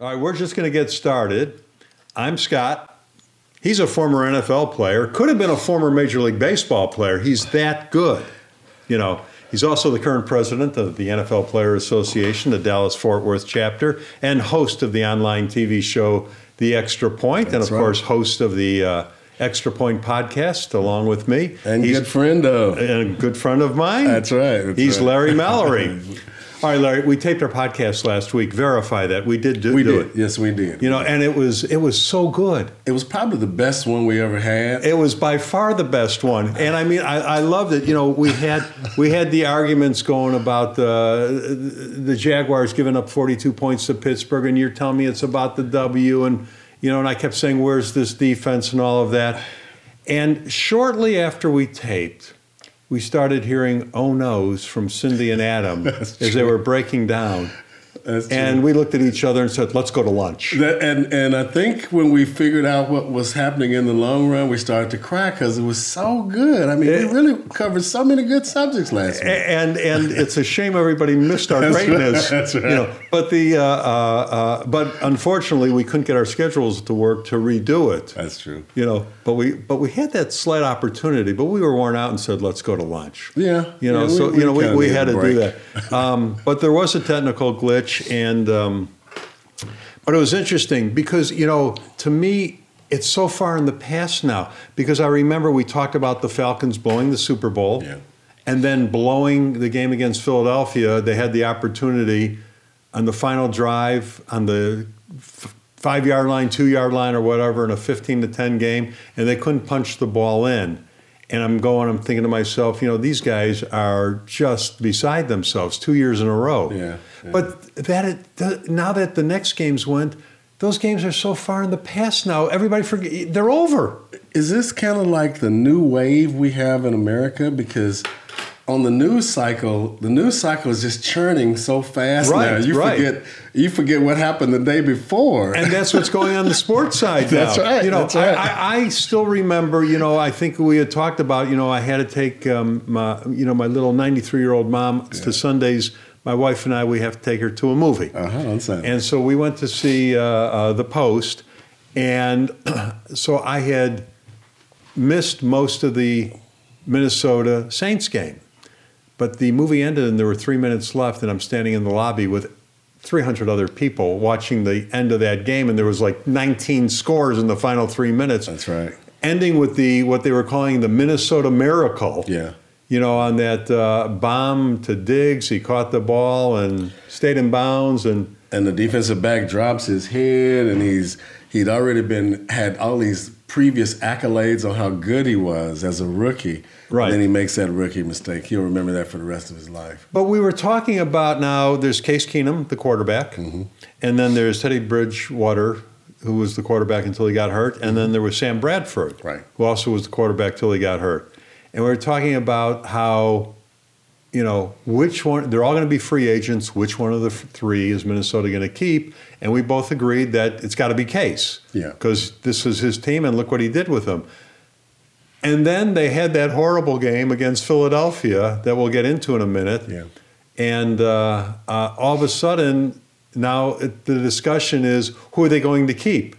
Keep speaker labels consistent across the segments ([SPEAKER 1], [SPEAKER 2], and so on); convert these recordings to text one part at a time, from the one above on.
[SPEAKER 1] All right, we're just going to get started. I'm Scott. He's a former NFL player, could have been a former Major League Baseball player. He's that good. You know, he's also the current president of the NFL Player Association, the Dallas Fort Worth chapter, and host of the online TV show The Extra Point, and
[SPEAKER 2] That's
[SPEAKER 1] of
[SPEAKER 2] right.
[SPEAKER 1] course, host of the uh, Extra Point podcast along with me.
[SPEAKER 2] And
[SPEAKER 1] He's-
[SPEAKER 2] good friend of.
[SPEAKER 1] and a good friend of mine.
[SPEAKER 2] That's right, that's
[SPEAKER 1] He's
[SPEAKER 2] right.
[SPEAKER 1] Larry Mallory. All right, Larry. We taped our podcast last week. Verify that we did do,
[SPEAKER 2] We
[SPEAKER 1] do
[SPEAKER 2] did.
[SPEAKER 1] it.
[SPEAKER 2] Yes, we did.
[SPEAKER 1] You know, and it was it was so good.
[SPEAKER 2] it was probably the best one we ever had.
[SPEAKER 1] It was by far the best one, and I mean, I, I loved it. You know, we had we had the arguments going about the the Jaguars giving up 42 points to Pittsburgh, and you're telling me it's about the W, and you know, and I kept saying, "Where's this defense?" and all of that. And shortly after we taped, we started hearing "Oh no's" from Cindy and Adam as
[SPEAKER 2] That's
[SPEAKER 1] they
[SPEAKER 2] true.
[SPEAKER 1] were breaking down,
[SPEAKER 2] That's true.
[SPEAKER 1] and we looked at each other and said, "Let's go to lunch."
[SPEAKER 2] That- and and I think when we figured out what was happening in the long run, we started to cry because it was so good. I mean,
[SPEAKER 1] It-
[SPEAKER 2] we really covered so many good subjects last week.
[SPEAKER 1] A- and and it's a shame everybody missed our
[SPEAKER 2] That's right,
[SPEAKER 1] greatness.
[SPEAKER 2] that's right.
[SPEAKER 1] You know, but the uh, uh, uh, but unfortunately we couldn't get our schedules to work to redo it.
[SPEAKER 2] That's true.
[SPEAKER 1] You know, but we but we had that slight opportunity, but we were worn out and said, let's go to lunch.
[SPEAKER 2] Yeah,
[SPEAKER 1] You know,
[SPEAKER 2] yeah, we-
[SPEAKER 1] so
[SPEAKER 2] we
[SPEAKER 1] you know we,
[SPEAKER 2] kinda
[SPEAKER 1] we
[SPEAKER 2] need
[SPEAKER 1] had
[SPEAKER 2] a
[SPEAKER 1] to do
[SPEAKER 2] break.
[SPEAKER 1] that. Um, but there was a technical glitch, and um, but it was interesting because you know to me. It's so far in the past now because I remember we talked about the Falcons blowing the Super Bowl
[SPEAKER 2] Yeah.
[SPEAKER 1] and then blowing the game against Philadelphia. They had the opportunity on the final drive on the f- five yard line, two yard line, or whatever in a 15 to 10 game, and they couldn't punch the ball in. And I'm going, I'm thinking to myself, you know, these guys are just beside themselves two years in a row.
[SPEAKER 2] Yeah, yeah.
[SPEAKER 1] But that it, th- now that the next games went, those games are so far in the past now. Everybody forget they're over.
[SPEAKER 2] Is this kind of like the new wave we have in America? Because on the news cycle, the news cycle is just churning so fast now.
[SPEAKER 1] Right,
[SPEAKER 2] You
[SPEAKER 1] right.
[SPEAKER 2] forget you forget what happened the day before.
[SPEAKER 1] and that's what's going on the sports side now.
[SPEAKER 2] That's right,
[SPEAKER 1] You know,
[SPEAKER 2] that's right.
[SPEAKER 1] I, I, I still remember. You know, I think we had talked about. You know, I had to take um, my you know my little ninety three year old mom to Sundays. My wife and I we have to take her to a movie.
[SPEAKER 2] uh-huh, on Sunday.
[SPEAKER 1] And so we went to see uh, uh, The Post, and so I had missed most of the Minnesota Saints game. But the movie ended, and there were three minutes left, and I'm standing in the lobby with 300 other people watching the end of that game, and there was like 19 scores in the final three minutes.
[SPEAKER 2] That's right.
[SPEAKER 1] Ending with the what they were calling the Minnesota Miracle.
[SPEAKER 2] Yeah.
[SPEAKER 1] You know, on that uh, bomb to Diggs, he caught the ball and stayed in bounds, and
[SPEAKER 2] and the defensive back drops his head and he's he'd already been had all these previous accolades on how good he was as a rookie.
[SPEAKER 1] Right.
[SPEAKER 2] And then he makes that rookie mistake. He'll remember that for the rest of his life.
[SPEAKER 1] But we were talking about now. There's Case Keenum, the quarterback,
[SPEAKER 2] Mm-hmm.
[SPEAKER 1] and then there's Teddy Bridgewater, who was the quarterback until he got hurt, and then there was Sam Bradford,
[SPEAKER 2] Right.
[SPEAKER 1] who also was the quarterback till he got hurt. And we were talking about how, you know, which one they're all going to be free agents. Which one of the f- three is Minnesota going to keep? And we both agreed that it's got to be Case,
[SPEAKER 2] Yeah.
[SPEAKER 1] because this is his team, and look what he did with them. And then they had that horrible game against Philadelphia that we'll get into in a minute.
[SPEAKER 2] Yeah.
[SPEAKER 1] And uh, uh, all of a sudden, now it, the discussion is who are they going to keep?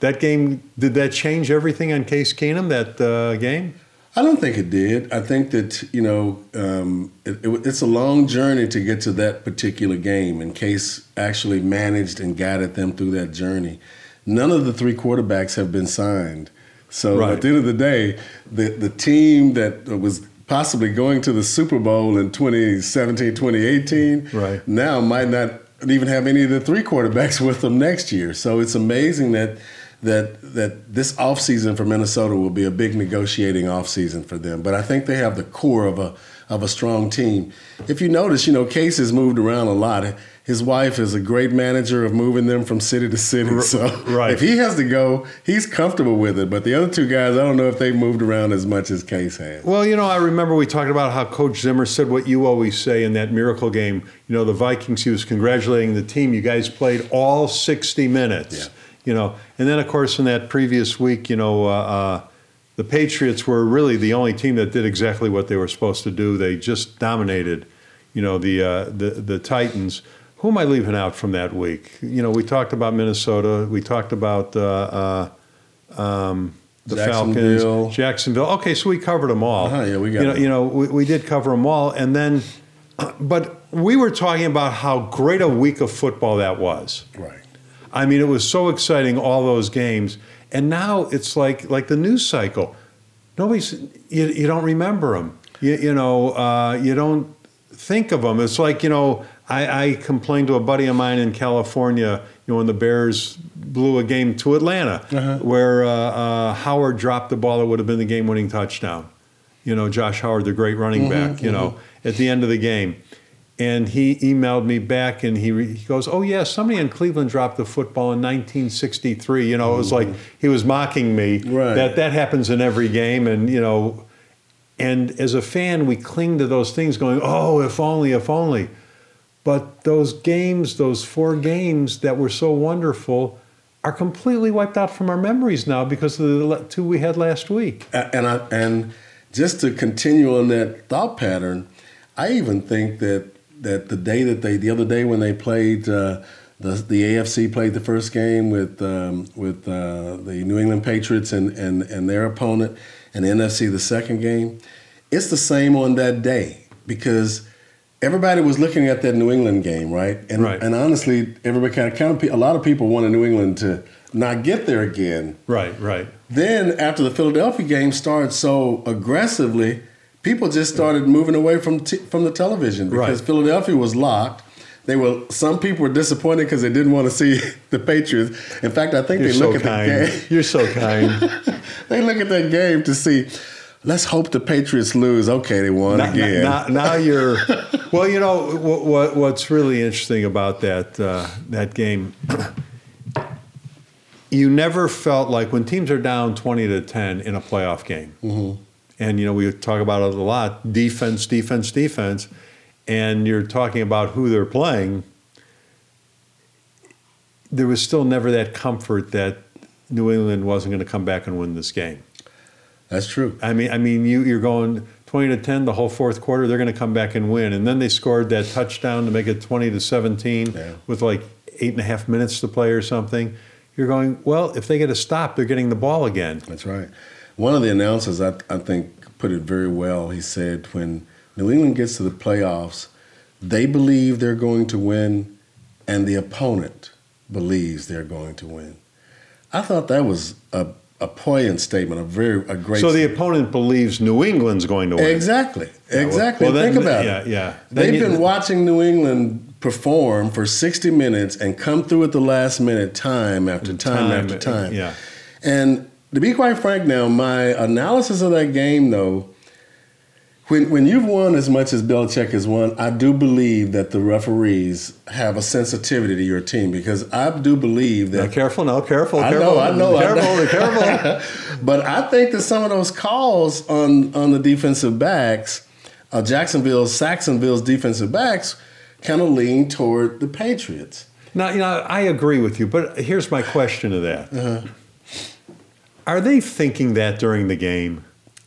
[SPEAKER 1] That game, did that change everything on Case Keenum, that uh, game?
[SPEAKER 2] I don't think it did. I think that you know um, it, it, it's a long journey to get to that particular game. And Case actually managed and guided them through that journey. None of the three quarterbacks have been signed. So
[SPEAKER 1] Right.
[SPEAKER 2] at the end of the day, the the team that was possibly going to the Super Bowl in 2017, 2018,
[SPEAKER 1] Right.
[SPEAKER 2] now might not even have any of the three quarterbacks with them next year. So it's amazing that that that this offseason for Minnesota will be a big negotiating offseason for them. But I think they have the core of a of a strong team. If you notice, you know, Case has moved around a lot. His wife is a great manager of moving them from city to city. So
[SPEAKER 1] right.
[SPEAKER 2] if he has to go, he's comfortable with it. But the other two guys, I don't know if they moved around as much as Case has.
[SPEAKER 1] Well, you know, I remember we talked about how Coach Zimmer said what you always say in that miracle game. You know, the Vikings, he was congratulating the team. You guys played all 60 minutes.
[SPEAKER 2] Yeah.
[SPEAKER 1] You know, and then, of course, in that previous week, you know, uh, uh, the Patriots were really the only team that did exactly what they were supposed to do. They just dominated, you know, the, uh, the, the Titans, Who am I leaving out from that week? You know, we talked about Minnesota. We talked about uh, uh, um, the
[SPEAKER 2] Jacksonville.
[SPEAKER 1] Falcons, Jacksonville. Okay, so we covered them all.
[SPEAKER 2] Uh-huh, yeah, we got
[SPEAKER 1] you know,
[SPEAKER 2] them.
[SPEAKER 1] you know we, we did cover them all, and then, but we were talking about how great a week of football that was.
[SPEAKER 2] Right.
[SPEAKER 1] I mean, it was so exciting all those games, and now it's like like the news cycle. Nobody's you, you don't remember them. You, you know, uh, you don't think of them. It's like you know, I, I complained to a buddy of mine in California. You know, when the Bears blew a game to Atlanta, where uh, uh, Howard dropped the ball that would have been the game-winning touchdown. You know, Josh Howard, the great running back. You know, at the end of the game. And he emailed me back, and he, re- he goes, "Oh yeah, somebody in Cleveland dropped the football in 1963." You know, it was like he was mocking me
[SPEAKER 2] Right.
[SPEAKER 1] that that happens in every game, and you know, and as a fan, we cling to those things, going, "Oh, if only, if only." But those games, those four games that were so wonderful, are completely wiped out from our memories now because of the le- two we had last week.
[SPEAKER 2] A- and I, and just to continue on that thought pattern, I even think that that the day that they the other day when they played uh, the the AFC played the first game with um, with uh, the New England Patriots and and and their opponent, and the NFC the second game, it's the same on that day because. Everybody was looking at that New England game, right? And
[SPEAKER 1] Right.
[SPEAKER 2] and honestly, everybody kind of, kind of pe- a lot of people wanted New England to not get there again.
[SPEAKER 1] Right, right.
[SPEAKER 2] Then after the Philadelphia game started so aggressively, people just started moving away from t- from the television because
[SPEAKER 1] Right.
[SPEAKER 2] Philadelphia was locked. They were some people were disappointed because they didn't want to see the Patriots. In fact, I think
[SPEAKER 1] You're
[SPEAKER 2] they
[SPEAKER 1] so
[SPEAKER 2] look at
[SPEAKER 1] kind.
[SPEAKER 2] the game.
[SPEAKER 1] You're so kind.
[SPEAKER 2] They look at that game to see. Let's hope the Patriots lose. Okay, they won
[SPEAKER 1] Now-
[SPEAKER 2] again.
[SPEAKER 1] Now, now you're. Well, you know what, what, what's really interesting about that uh, that game. You never felt like when teams are down twenty to ten in a playoff game,
[SPEAKER 2] Mm-hmm.
[SPEAKER 1] and you know we talk about it a lot: defense, defense, defense, and you're talking about who they're playing. There was still never that comfort that New England wasn't going to come back and win this game.
[SPEAKER 2] That's true.
[SPEAKER 1] I mean, I mean, you you're going twenty to ten the whole fourth quarter. They're going to come back and win, and then they scored that touchdown to make it twenty to seventeen
[SPEAKER 2] Yeah.
[SPEAKER 1] with like eight and a half minutes to play or something. You're going well. If they get a stop, they're getting the ball again.
[SPEAKER 2] That's right. One of the announcers, I, I think, put it very well. He said, when New England gets to the playoffs, they believe they're going to win, and the opponent believes they're going to win. I thought that was a, a poignant statement, a very a great
[SPEAKER 1] So the opponent believes New England's going to win.
[SPEAKER 2] Exactly. Exactly.
[SPEAKER 1] Well, then-
[SPEAKER 2] Think about
[SPEAKER 1] yeah,
[SPEAKER 2] it.
[SPEAKER 1] Yeah, Then
[SPEAKER 2] They've
[SPEAKER 1] you-
[SPEAKER 2] been watching New England perform for 60 minutes and come through at the last minute time after
[SPEAKER 1] Time,
[SPEAKER 2] time, after time.
[SPEAKER 1] yeah.
[SPEAKER 2] And to be quite frank now, my analysis of that game though, when when you've won as much as Belichick has won, I do believe that the referees have a sensitivity to your team because I do believe
[SPEAKER 1] Now,
[SPEAKER 2] that
[SPEAKER 1] careful, no, careful,
[SPEAKER 2] I
[SPEAKER 1] careful,
[SPEAKER 2] know, I know, I
[SPEAKER 1] careful,
[SPEAKER 2] know.
[SPEAKER 1] careful.
[SPEAKER 2] but I think that some of those calls on on the defensive backs, uh, Jacksonville's, Saxonville's defensive backs, kind of lean toward the Patriots.
[SPEAKER 1] Now, you know, I agree with you, but here's my question to that:
[SPEAKER 2] Uh-huh.
[SPEAKER 1] Are they thinking that during the game?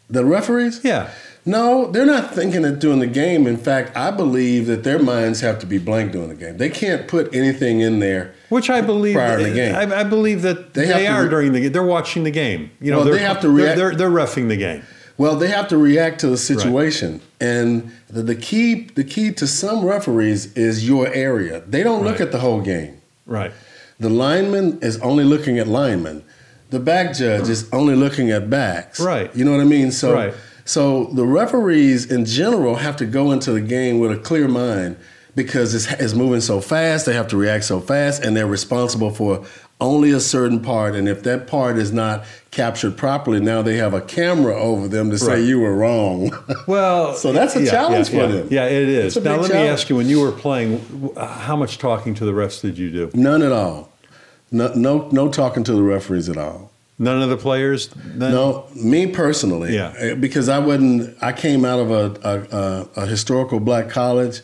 [SPEAKER 2] The referees?
[SPEAKER 1] Yeah.
[SPEAKER 2] No, they're not thinking it during the game. In fact, I believe that their minds have to be blank during the game. They can't put anything in there.
[SPEAKER 1] Which I believe eh,
[SPEAKER 2] Prior to the game.
[SPEAKER 1] I, I believe that
[SPEAKER 2] They
[SPEAKER 1] they,
[SPEAKER 2] have to
[SPEAKER 1] are
[SPEAKER 2] re-
[SPEAKER 1] during the game. They're watching the game. You know,
[SPEAKER 2] Well,
[SPEAKER 1] they're,
[SPEAKER 2] they have to
[SPEAKER 1] they're-
[SPEAKER 2] react-
[SPEAKER 1] They're, they're, refing the game.
[SPEAKER 2] Well, they have to react to the situation, and the, the key the key to some referees is your area. They don't look
[SPEAKER 1] Right.
[SPEAKER 2] at the whole game.
[SPEAKER 1] Right.
[SPEAKER 2] The lineman is only looking at linemen. The back judge is only looking at backs.
[SPEAKER 1] Right.
[SPEAKER 2] You know what I mean? So
[SPEAKER 1] Right.
[SPEAKER 2] so the referees in general have to go into the game with a clear mind because it's, it's moving so fast, they have to react so fast, and they're responsible for only a certain part. And if that part is not captured properly, now they have a camera over them to say
[SPEAKER 1] Right.
[SPEAKER 2] you were wrong.
[SPEAKER 1] Well,
[SPEAKER 2] So that's a
[SPEAKER 1] yeah,
[SPEAKER 2] challenge
[SPEAKER 1] yeah,
[SPEAKER 2] for
[SPEAKER 1] yeah.
[SPEAKER 2] them.
[SPEAKER 1] Yeah, it is.
[SPEAKER 2] It's a
[SPEAKER 1] Now,
[SPEAKER 2] big
[SPEAKER 1] let me
[SPEAKER 2] challenge.
[SPEAKER 1] ask you: When you were playing, w- uh, how much talking to the refs did you do?
[SPEAKER 2] None at all. No, no, no talking to the referees at all.
[SPEAKER 1] None of the players. None?
[SPEAKER 2] No, me personally. eh,
[SPEAKER 1] Yeah.
[SPEAKER 2] uh, Because I wasn't. I came out of a a, a, a historical black college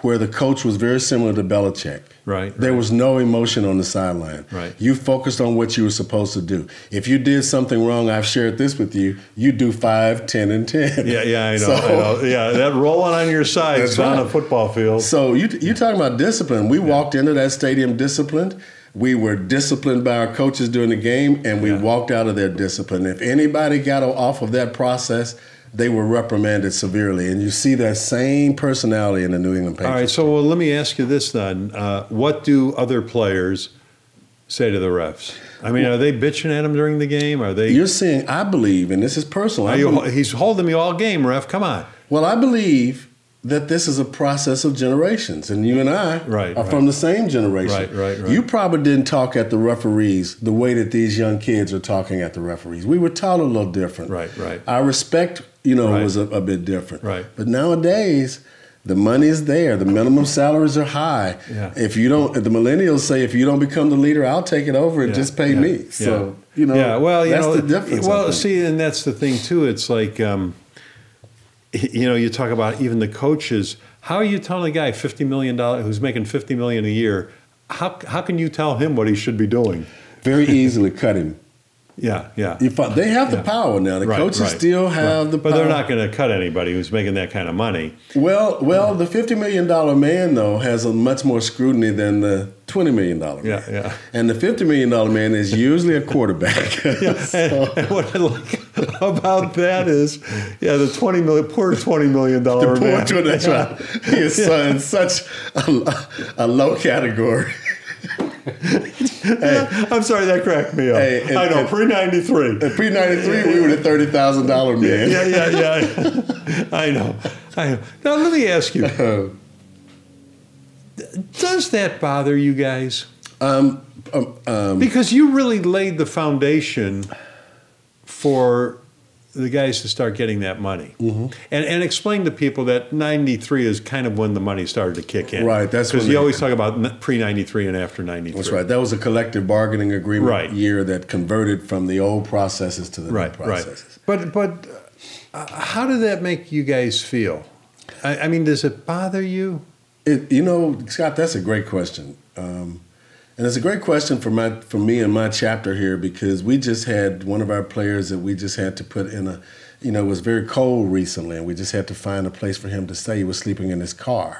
[SPEAKER 2] where the coach was very similar to Belichick.
[SPEAKER 1] Right,
[SPEAKER 2] There
[SPEAKER 1] right.
[SPEAKER 2] was no emotion on the sideline.
[SPEAKER 1] Right.
[SPEAKER 2] You focused on what you were supposed to do. If you did something wrong, I've shared this with you, you do five, ten, and 10.
[SPEAKER 1] Yeah, yeah, I know,
[SPEAKER 2] So-
[SPEAKER 1] I know. Yeah, that rolling on your sides
[SPEAKER 2] That's
[SPEAKER 1] down
[SPEAKER 2] right.
[SPEAKER 1] a football field.
[SPEAKER 2] So you you talking about discipline? We walked into that stadium disciplined. We were disciplined by our coaches during the game, and we
[SPEAKER 1] Yeah.
[SPEAKER 2] walked out of there disciplined. If anybody got off of that process, they were reprimanded severely. And you see that same personality in the New England
[SPEAKER 1] All right,
[SPEAKER 2] Patriots.
[SPEAKER 1] so well, let me ask you this then: uh, What do other players say to the refs? I mean, are they bitching at him during the game? Are they?
[SPEAKER 2] You're seeing, I believe, and this is personal. I
[SPEAKER 1] Are you,
[SPEAKER 2] believe-
[SPEAKER 1] he's holding me all game, ref. Come on.
[SPEAKER 2] Well, I believe that this is a process of generations, and you and I
[SPEAKER 1] Right,
[SPEAKER 2] are
[SPEAKER 1] right.
[SPEAKER 2] from the same generation.
[SPEAKER 1] Right, right, right.
[SPEAKER 2] You probably didn't talk at the referees the way that these young kids are talking at the referees. We were taught a little different.
[SPEAKER 1] Right, right.
[SPEAKER 2] Our respect, you know,
[SPEAKER 1] Right.
[SPEAKER 2] was a, a bit different.
[SPEAKER 1] Right.
[SPEAKER 2] But nowadays, the money is there. The minimum salaries are high.
[SPEAKER 1] Yeah.
[SPEAKER 2] If you don't, the millennials say, if you don't become the leader, I'll take it over and
[SPEAKER 1] Yeah,
[SPEAKER 2] just pay
[SPEAKER 1] yeah,
[SPEAKER 2] me. So
[SPEAKER 1] yeah.
[SPEAKER 2] you know,
[SPEAKER 1] yeah. Well, you
[SPEAKER 2] that's
[SPEAKER 1] know,
[SPEAKER 2] the difference. I
[SPEAKER 1] Well,
[SPEAKER 2] think.
[SPEAKER 1] see, and that's the thing too. It's like, um, you know, you talk about even the coaches. How are you telling a guy fifty million dollars who's making fifty million a year? How how can you tell him what he should be doing?
[SPEAKER 2] very easily cut him.
[SPEAKER 1] Yeah, yeah.
[SPEAKER 2] You fi- they have the
[SPEAKER 1] Yeah.
[SPEAKER 2] power now. The
[SPEAKER 1] Right,
[SPEAKER 2] coaches
[SPEAKER 1] right,
[SPEAKER 2] still have the power.
[SPEAKER 1] But they're not going to cut anybody who's making that kind of money.
[SPEAKER 2] Well, well, the fifty million dollar man though has a much more scrutiny than the twenty million dollar
[SPEAKER 1] Yeah,
[SPEAKER 2] man.
[SPEAKER 1] yeah.
[SPEAKER 2] And the fifty million dollar man is usually a quarterback.
[SPEAKER 1] And,
[SPEAKER 2] So-
[SPEAKER 1] and what I like about that is, yeah, the twenty million, poor twenty million dollar
[SPEAKER 2] Poor
[SPEAKER 1] man.
[SPEAKER 2] Jordan, that's right. He is so- in such a, a low category.
[SPEAKER 1] I'm sorry, that cracked me up.
[SPEAKER 2] Hey, and-
[SPEAKER 1] I know
[SPEAKER 2] and-
[SPEAKER 1] pre ninety three.
[SPEAKER 2] Pre ninety three, we were the thirty thousand dollar man.
[SPEAKER 1] yeah, yeah, yeah. I know. I know. Now let me ask you:
[SPEAKER 2] Uh-huh.
[SPEAKER 1] Does that bother you guys?
[SPEAKER 2] Um, um, um,
[SPEAKER 1] Because you really laid the foundation for the guys to start getting that money,
[SPEAKER 2] Mm-hmm.
[SPEAKER 1] and and explain to people that '93 is kind of when the money started to kick in.
[SPEAKER 2] Right, that's
[SPEAKER 1] because
[SPEAKER 2] when
[SPEAKER 1] you
[SPEAKER 2] they-
[SPEAKER 1] always talk about pre '93 and after '93.
[SPEAKER 2] that's right. That was a collective bargaining agreement
[SPEAKER 1] Right.
[SPEAKER 2] year that converted from the old processes to the
[SPEAKER 1] right
[SPEAKER 2] new processes.
[SPEAKER 1] right but but uh, how did that make you guys feel I, I mean does it bother you
[SPEAKER 2] It, you know, Scott, that's a great question, um, and it's a great question for my for me and my chapter here because we just had one of our players that we just had to put in a, you know, it was very cold recently, and we just had to find a place for him to stay. He was sleeping in his car,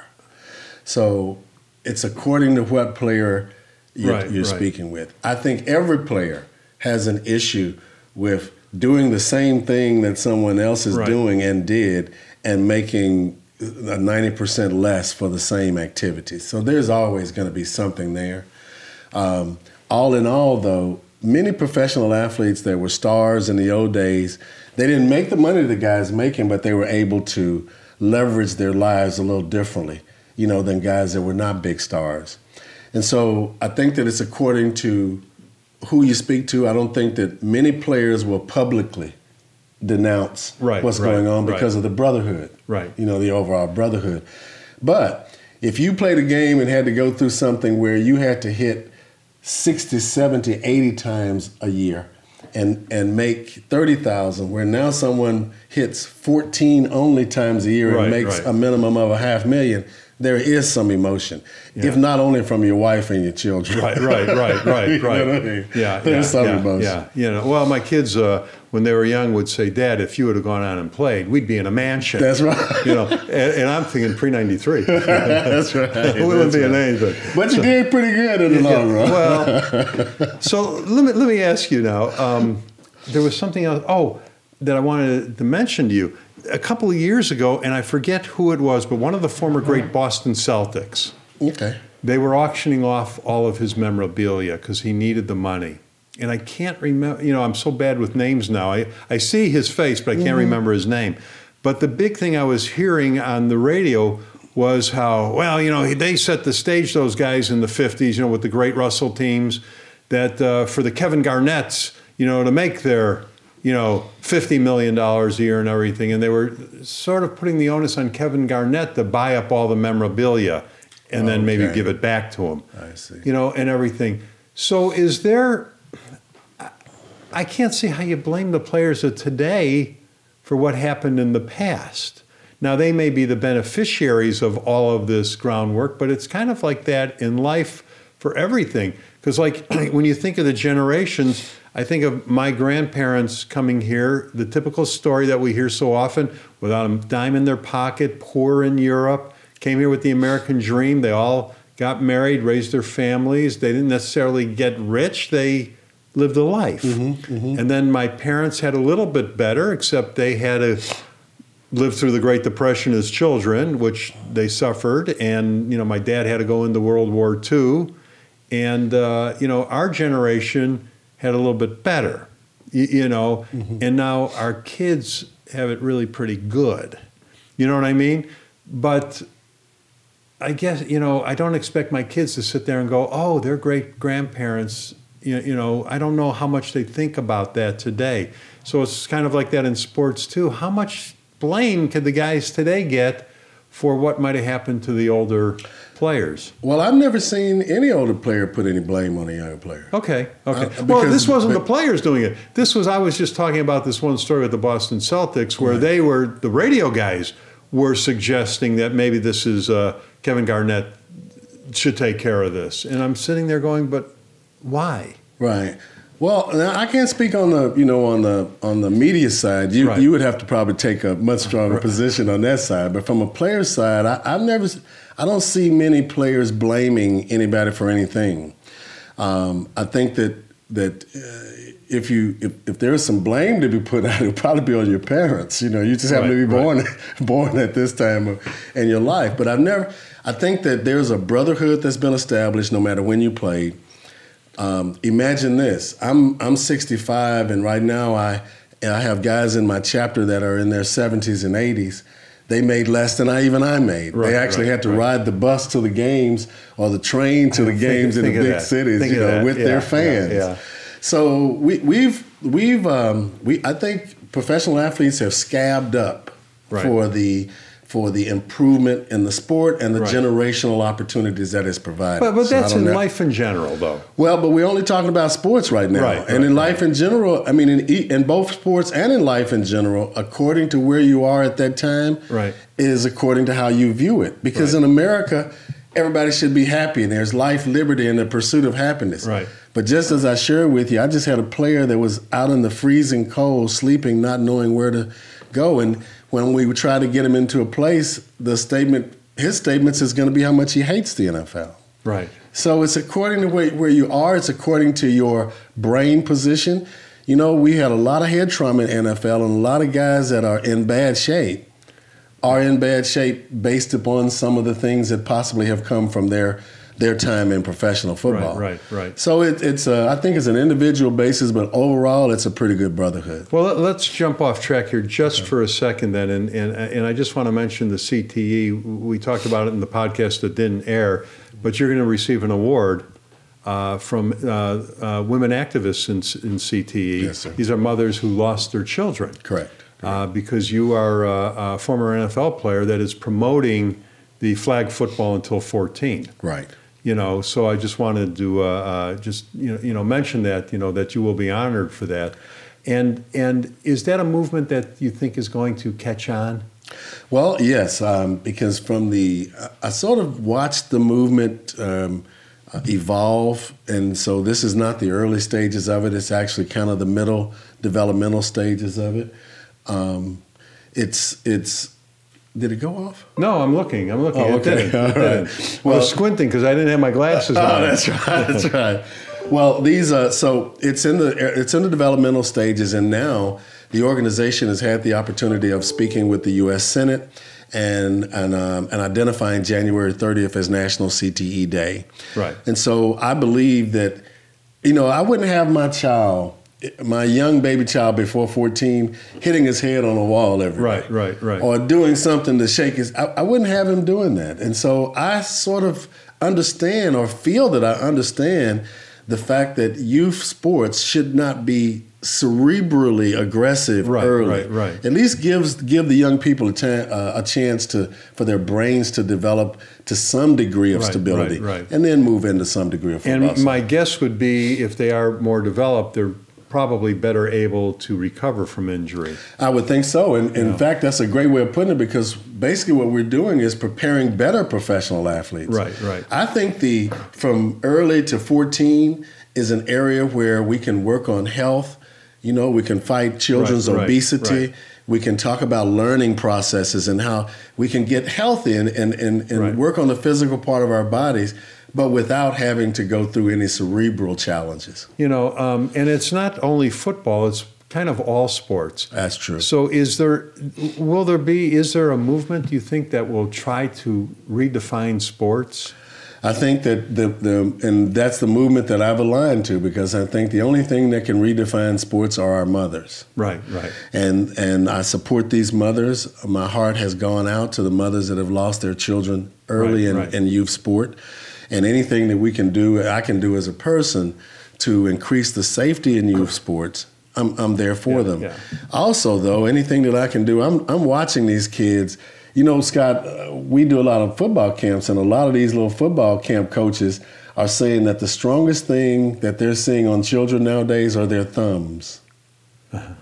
[SPEAKER 2] so it's according to what player you're,
[SPEAKER 1] Right,
[SPEAKER 2] you're
[SPEAKER 1] right.
[SPEAKER 2] speaking with. I think every player has an issue with doing the same thing that someone else is
[SPEAKER 1] Right.
[SPEAKER 2] doing and did and making a 90% less for the same activity. So there's always going to be something there. Um, all in all, though, many professional athletes that were stars in the old days, they didn't make the money the guys making, but they were able to leverage their lives a little differently, you know, than guys that were not big stars. And so I think that it's according to who you speak to. I don't think that many players will publicly denounce
[SPEAKER 1] Right,
[SPEAKER 2] what's
[SPEAKER 1] right,
[SPEAKER 2] going on
[SPEAKER 1] right.
[SPEAKER 2] because of the brotherhood
[SPEAKER 1] Right.
[SPEAKER 2] you know the overall brotherhood but if you played a game and had to go through something where you had to hit 60 70 80 times a year and and make 30,000 where now someone hits 14 only times a year
[SPEAKER 1] Right,
[SPEAKER 2] and makes
[SPEAKER 1] right.
[SPEAKER 2] a minimum of a half million there is some emotion if not only from your wife and your children
[SPEAKER 1] right right right
[SPEAKER 2] You
[SPEAKER 1] right
[SPEAKER 2] know
[SPEAKER 1] right
[SPEAKER 2] what I mean?
[SPEAKER 1] yeah
[SPEAKER 2] there's
[SPEAKER 1] yeah,
[SPEAKER 2] some
[SPEAKER 1] yeah,
[SPEAKER 2] emotion
[SPEAKER 1] yeah you know well my kids uh, when they were young would say dad if you would have gone out and played we'd be in a mansion
[SPEAKER 2] that's right
[SPEAKER 1] you know and, and i'm thinking pre-93
[SPEAKER 2] that's right
[SPEAKER 1] we wouldn't
[SPEAKER 2] That's
[SPEAKER 1] be in
[SPEAKER 2] right.
[SPEAKER 1] anything
[SPEAKER 2] but you did pretty good in the long run
[SPEAKER 1] Well, so let me let me ask you now. Um, there was something else. Oh, that I wanted to mention to you a couple of years ago, and I forget who it was, but one of the former great Boston Celtics.
[SPEAKER 2] okay
[SPEAKER 1] They were auctioning off all of his memorabilia because he needed the money. And I can't remember, you know, I'm so bad with names now. I, I see his face, but I can't remember his name. But the big thing I was hearing on the radio was how, well, you know, they set the stage, those guys in the 50s, you know, with the great Russell teams, that uh, for the Kevin Garnetts, you know, to make their, you know, $50 million a year and everything. And they were sort of putting the onus on Kevin Garnett to buy up all the memorabilia and then maybe
[SPEAKER 2] Okay.
[SPEAKER 1] give it back to him.
[SPEAKER 2] I see.
[SPEAKER 1] You know, and everything. So is there? I can't see how you blame the players of today for what happened in the past. Now, they may be the beneficiaries of all of this groundwork, but it's kind of like that in life for everything. Because, like, when you think of the generations, I think of my grandparents coming here, the typical story that we hear so often without a dime in their pocket, poor in Europe, came here with the American dream. They all got married, raised their families. They didn't necessarily get rich, they lived a life. Mm-hmm, mm-hmm. And then my parents had a little bit better, except they had to live through the Great Depression as children, which they suffered. And, you know, my dad had to go into World War II. And, uh, you know, our generation had a little bit better, you, you know, mm-hmm. and now our kids have it really pretty good. You know what I mean? But I guess, you know, I don't expect my kids to sit there and go, oh, their great grandparents, you, you know, I don't know how much they think about that today. So it's kind of like that in sports too. How much blame could the guys today get? for what might have happened to the older players.
[SPEAKER 2] Well, I've never seen any older player put any blame on a younger player.
[SPEAKER 1] Okay, okay. Uh, because, well, this wasn't but, the players doing it. This was I was just talking about this one story with the Boston Celtics where right. they were the radio guys were suggesting that maybe this is uh, Kevin Garnett should take care of this, and I'm sitting there going, but why?
[SPEAKER 2] Right. Well, I can't speak on the you know on the on the media side. You right. you would have to probably take a much stronger right. position on that side. But from a player's side, I, have never I don't see many players blaming anybody for anything. Um, I think that that uh, if you if, if there is some blame to be put out, it'll probably be on your parents. You know, you just happen right, to be born born at this time of, in your life. But I've never. I think that there's a brotherhood that's been established, no matter when you played. Um, imagine this. I'm I'm 65, and right now I I have guys in my chapter that are in their 70s and 80s. They made less than I even I made. Right, they actually right, had to right. ride the bus to the games or the train to the games think, in think the big that. cities, think you know, that. with yeah, their fans. Yeah, yeah. So we, we've we've um, we I think professional athletes have scabbed up for the for the improvement in the sport and the right. generational opportunities that is provided.
[SPEAKER 1] But, but that's so in know. life in general, though.
[SPEAKER 2] Well, but we're only talking about sports right now. Right, and right, in life in general, I mean, in, e, in both sports and in life in general, according to where you are at that time
[SPEAKER 1] right.
[SPEAKER 2] is according to how you view it. Because in America, everybody should be happy and there's life, liberty, and the pursuit of happiness.
[SPEAKER 1] Right.
[SPEAKER 2] But just as I shared with you, I just had a player that was out in the freezing cold, sleeping, not knowing where to go. And when we try to get him into a place, the statement, his statements is going to be how much he hates the NFL.
[SPEAKER 1] Right.
[SPEAKER 2] So it's according to where, where you are, it's according to your brain position. You know, we had a lot of head trauma in NFL, and a lot of guys that are in bad shape are in bad shape based upon some of the things that possibly have come from their their time in professional football.
[SPEAKER 1] Right, right, right.
[SPEAKER 2] So it, it's a, I think it's an individual basis, but overall, it's a pretty good brotherhood.
[SPEAKER 1] Well, let, us jump off track here just okay. for a second, then, and, and and I just want to mention the CTE. We talked about it in the podcast that didn't air, but you're going to receive an award. Uh, from uh, uh, women activists in, in CTE.
[SPEAKER 2] Yes, sir.
[SPEAKER 1] These are mothers who lost their children.
[SPEAKER 2] Correct.
[SPEAKER 1] correct. because you are a, a, former NFL player that is promoting the flag football until 14.
[SPEAKER 2] Right
[SPEAKER 1] you know so i just wanted to uh, uh, just you know, you know mention that you know that you will be honored for that and and is that a movement that you think is going to catch on
[SPEAKER 2] well yes um, because from the i sort of watched the movement um, evolve and so this is not the early stages of it it's actually kind of the middle developmental stages of it um, it's it's did it go off?
[SPEAKER 1] No, I'm looking. I'm looking. Oh, okay. It didn't. It didn't. Right. Well, I was squinting because I didn't have my glasses
[SPEAKER 2] oh,
[SPEAKER 1] on.
[SPEAKER 2] That's right. That's right. Well, these uh, so it's in the it's in the developmental stages, and now the organization has had the opportunity of speaking with the U.S. Senate and and, um, and identifying January 30th as National CTE Day.
[SPEAKER 1] Right.
[SPEAKER 2] And so I believe that you know I wouldn't have my child my young baby child before 14 hitting his head on a wall every
[SPEAKER 1] right day, right right
[SPEAKER 2] or doing something to shake his I, I, wouldn't have him doing that and so i sort of understand or feel that i understand the fact that youth sports should not be cerebrally aggressive
[SPEAKER 1] right,
[SPEAKER 2] early
[SPEAKER 1] right right
[SPEAKER 2] at least gives give the young people a, ta- uh, a chance to for their brains to develop to some degree of
[SPEAKER 1] right,
[SPEAKER 2] stability
[SPEAKER 1] right, right.
[SPEAKER 2] and then move into some degree of
[SPEAKER 1] philosophy. and my guess would be if they are more developed they're probably better able to recover from injury.
[SPEAKER 2] I would think so. And in
[SPEAKER 1] Yeah.
[SPEAKER 2] fact, that's a great way of putting it because basically what we're doing is preparing better professional athletes.
[SPEAKER 1] Right, right.
[SPEAKER 2] I think the from early to 14 is an area where we can work on health. You know, we can fight children's
[SPEAKER 1] Right, right,
[SPEAKER 2] obesity.
[SPEAKER 1] right.
[SPEAKER 2] We can talk about learning processes and how we can get healthy and, and, and, and
[SPEAKER 1] Right.
[SPEAKER 2] work on the physical part of our bodies, but without having to go through any cerebral challenges.
[SPEAKER 1] You know, um, and it's not only football; it's kind of all sports.
[SPEAKER 2] That's true.
[SPEAKER 1] So, is there, will there be, is there a movement you think that will try to redefine sports?
[SPEAKER 2] I think that the, the and that's the movement that I've aligned to because I think the only thing that can redefine sports are our mothers.
[SPEAKER 1] Right, right.
[SPEAKER 2] And and I support these mothers. My heart has gone out to the mothers that have lost their children early
[SPEAKER 1] Right,
[SPEAKER 2] in,
[SPEAKER 1] right.
[SPEAKER 2] in youth sport. And anything that we can do, I can do as a person to increase the safety in youth sports. I'm, I'm there for
[SPEAKER 1] Yeah,
[SPEAKER 2] them.
[SPEAKER 1] yeah.
[SPEAKER 2] Also, though, anything that I can do, I'm, I'm watching these kids. You know, Scott, uh, we do a lot of football camps, and a lot of these little football camp coaches are saying that the strongest thing that they're seeing on children nowadays are their thumbs.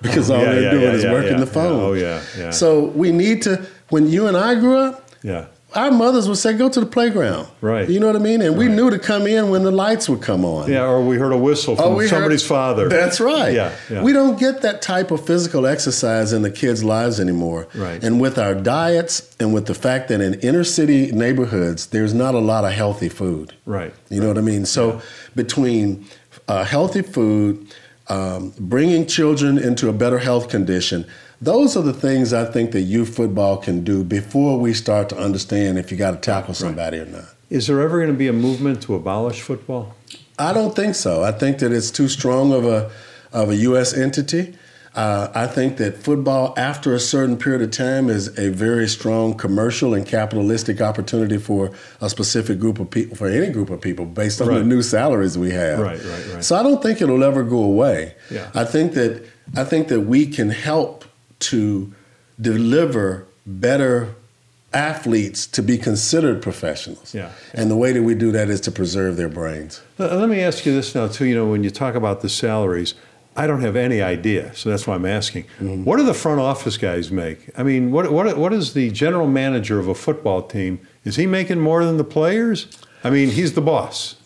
[SPEAKER 2] Because all
[SPEAKER 1] Yeah,
[SPEAKER 2] they're
[SPEAKER 1] yeah,
[SPEAKER 2] doing
[SPEAKER 1] yeah,
[SPEAKER 2] is
[SPEAKER 1] yeah,
[SPEAKER 2] working
[SPEAKER 1] yeah,
[SPEAKER 2] the phone.
[SPEAKER 1] yeah. Oh, yeah, yeah.
[SPEAKER 2] So we need to, when you and I grew up,
[SPEAKER 1] Yeah.
[SPEAKER 2] our mothers would say, go to the playground.
[SPEAKER 1] Right.
[SPEAKER 2] You know what I mean? And we knew to come in when the lights would come on.
[SPEAKER 1] Yeah, or we heard a whistle
[SPEAKER 2] Oh,
[SPEAKER 1] from
[SPEAKER 2] we heard-
[SPEAKER 1] somebody's father.
[SPEAKER 2] That's right.
[SPEAKER 1] Yeah, yeah.
[SPEAKER 2] We don't get that type of physical exercise in the kids' lives anymore.
[SPEAKER 1] Right.
[SPEAKER 2] And with our diets and with the fact that in inner city neighborhoods, there's not a lot of healthy food.
[SPEAKER 1] Right.
[SPEAKER 2] You know what I mean? So between uh, healthy food, um, bringing children into a better health condition, those are the things I think that youth football can do before we start to understand if you got to tackle somebody or not.
[SPEAKER 1] Is there ever going to be a movement to abolish football?
[SPEAKER 2] I don't think so. I think that it's too strong of a of a U.S. entity. Uh, I think that football, after a certain period of time, is a very strong commercial and capitalistic opportunity for a specific group of people, for any group of people, based on the
[SPEAKER 1] Right.
[SPEAKER 2] new salaries we have.
[SPEAKER 1] Right, right, right.
[SPEAKER 2] So I don't think it'll ever go away.
[SPEAKER 1] Yeah.
[SPEAKER 2] I think that I think that we can help to deliver better athletes to be considered professionals.
[SPEAKER 1] Yeah.
[SPEAKER 2] And the way that we do that is to preserve their brains.
[SPEAKER 1] Let let me ask you this now, too. You know, when you talk about the salaries, I don't have any idea, so that's why I'm asking. What do the front office guys make? I mean, what, what, what is the general manager of a football team? Is he making more than the players? I mean, he's the boss.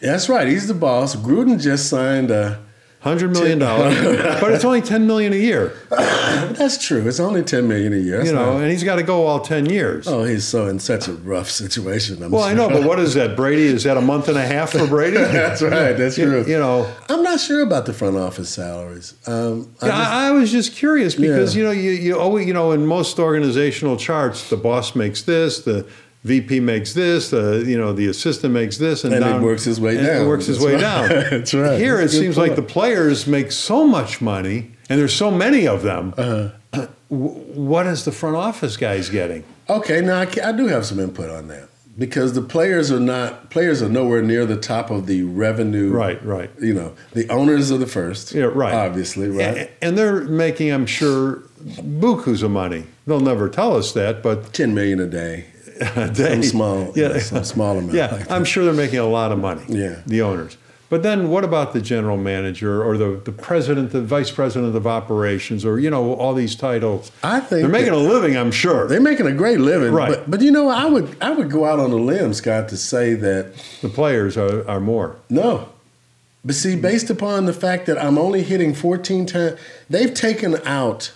[SPEAKER 2] That's right. He's the boss. Gruden just signed uh, a.
[SPEAKER 1] Hundred million dollars, but it's only ten million a year,
[SPEAKER 2] That's true. It's only ten million a year. That's
[SPEAKER 1] you know,
[SPEAKER 2] not-
[SPEAKER 1] and he's got to go all ten years.
[SPEAKER 2] oh, he's so in such a rough situation. I'm
[SPEAKER 1] Well, I know, but what is that, Brady? Is that a month and a half for Brady?
[SPEAKER 2] that's right. That's
[SPEAKER 1] You,
[SPEAKER 2] true.
[SPEAKER 1] you know,
[SPEAKER 2] I'm not sure about the front office salaries. Um, I
[SPEAKER 1] I,
[SPEAKER 2] just-
[SPEAKER 1] I was just curious because
[SPEAKER 2] Yeah.
[SPEAKER 1] you know you, you always you know in most organizational charts the boss makes this the VP makes this the you know the assistant makes this and,
[SPEAKER 2] And it
[SPEAKER 1] down,
[SPEAKER 2] works his way
[SPEAKER 1] and
[SPEAKER 2] down.
[SPEAKER 1] it works his
[SPEAKER 2] That's
[SPEAKER 1] way
[SPEAKER 2] right.
[SPEAKER 1] down
[SPEAKER 2] That's right.
[SPEAKER 1] here
[SPEAKER 2] That's
[SPEAKER 1] it
[SPEAKER 2] a good
[SPEAKER 1] seems like
[SPEAKER 2] point.
[SPEAKER 1] the players make so much money and there's so many of them
[SPEAKER 2] Uh-huh.
[SPEAKER 1] W- what is the front office guys getting
[SPEAKER 2] okay, now I, ca- I do have some input on that because the players are not players are nowhere near the top of the revenue.
[SPEAKER 1] right right
[SPEAKER 2] You know, the owners are the first.
[SPEAKER 1] Yeah, right.
[SPEAKER 2] Obviously, right.
[SPEAKER 1] A- and they're making I'm sure bukus of money they'll never tell us that but
[SPEAKER 2] ten million a day.
[SPEAKER 1] they,
[SPEAKER 2] Some small. Yeah. some small amount.
[SPEAKER 1] Yeah,
[SPEAKER 2] like that.
[SPEAKER 1] I'm sure they're making a lot of money.
[SPEAKER 2] Yeah.
[SPEAKER 1] the owners. But then, what about the general manager or the, the president, the vice president of operations, or you know all these titles?
[SPEAKER 2] I think
[SPEAKER 1] they're making
[SPEAKER 2] that-
[SPEAKER 1] a living. I'm sure
[SPEAKER 2] They're making a great living,
[SPEAKER 1] Right.
[SPEAKER 2] But, but you know, I would I would go out on a limb, Scott, to say that
[SPEAKER 1] the players are, are more.
[SPEAKER 2] no. But see, based upon the fact that I'm only hitting 14 times, they've taken out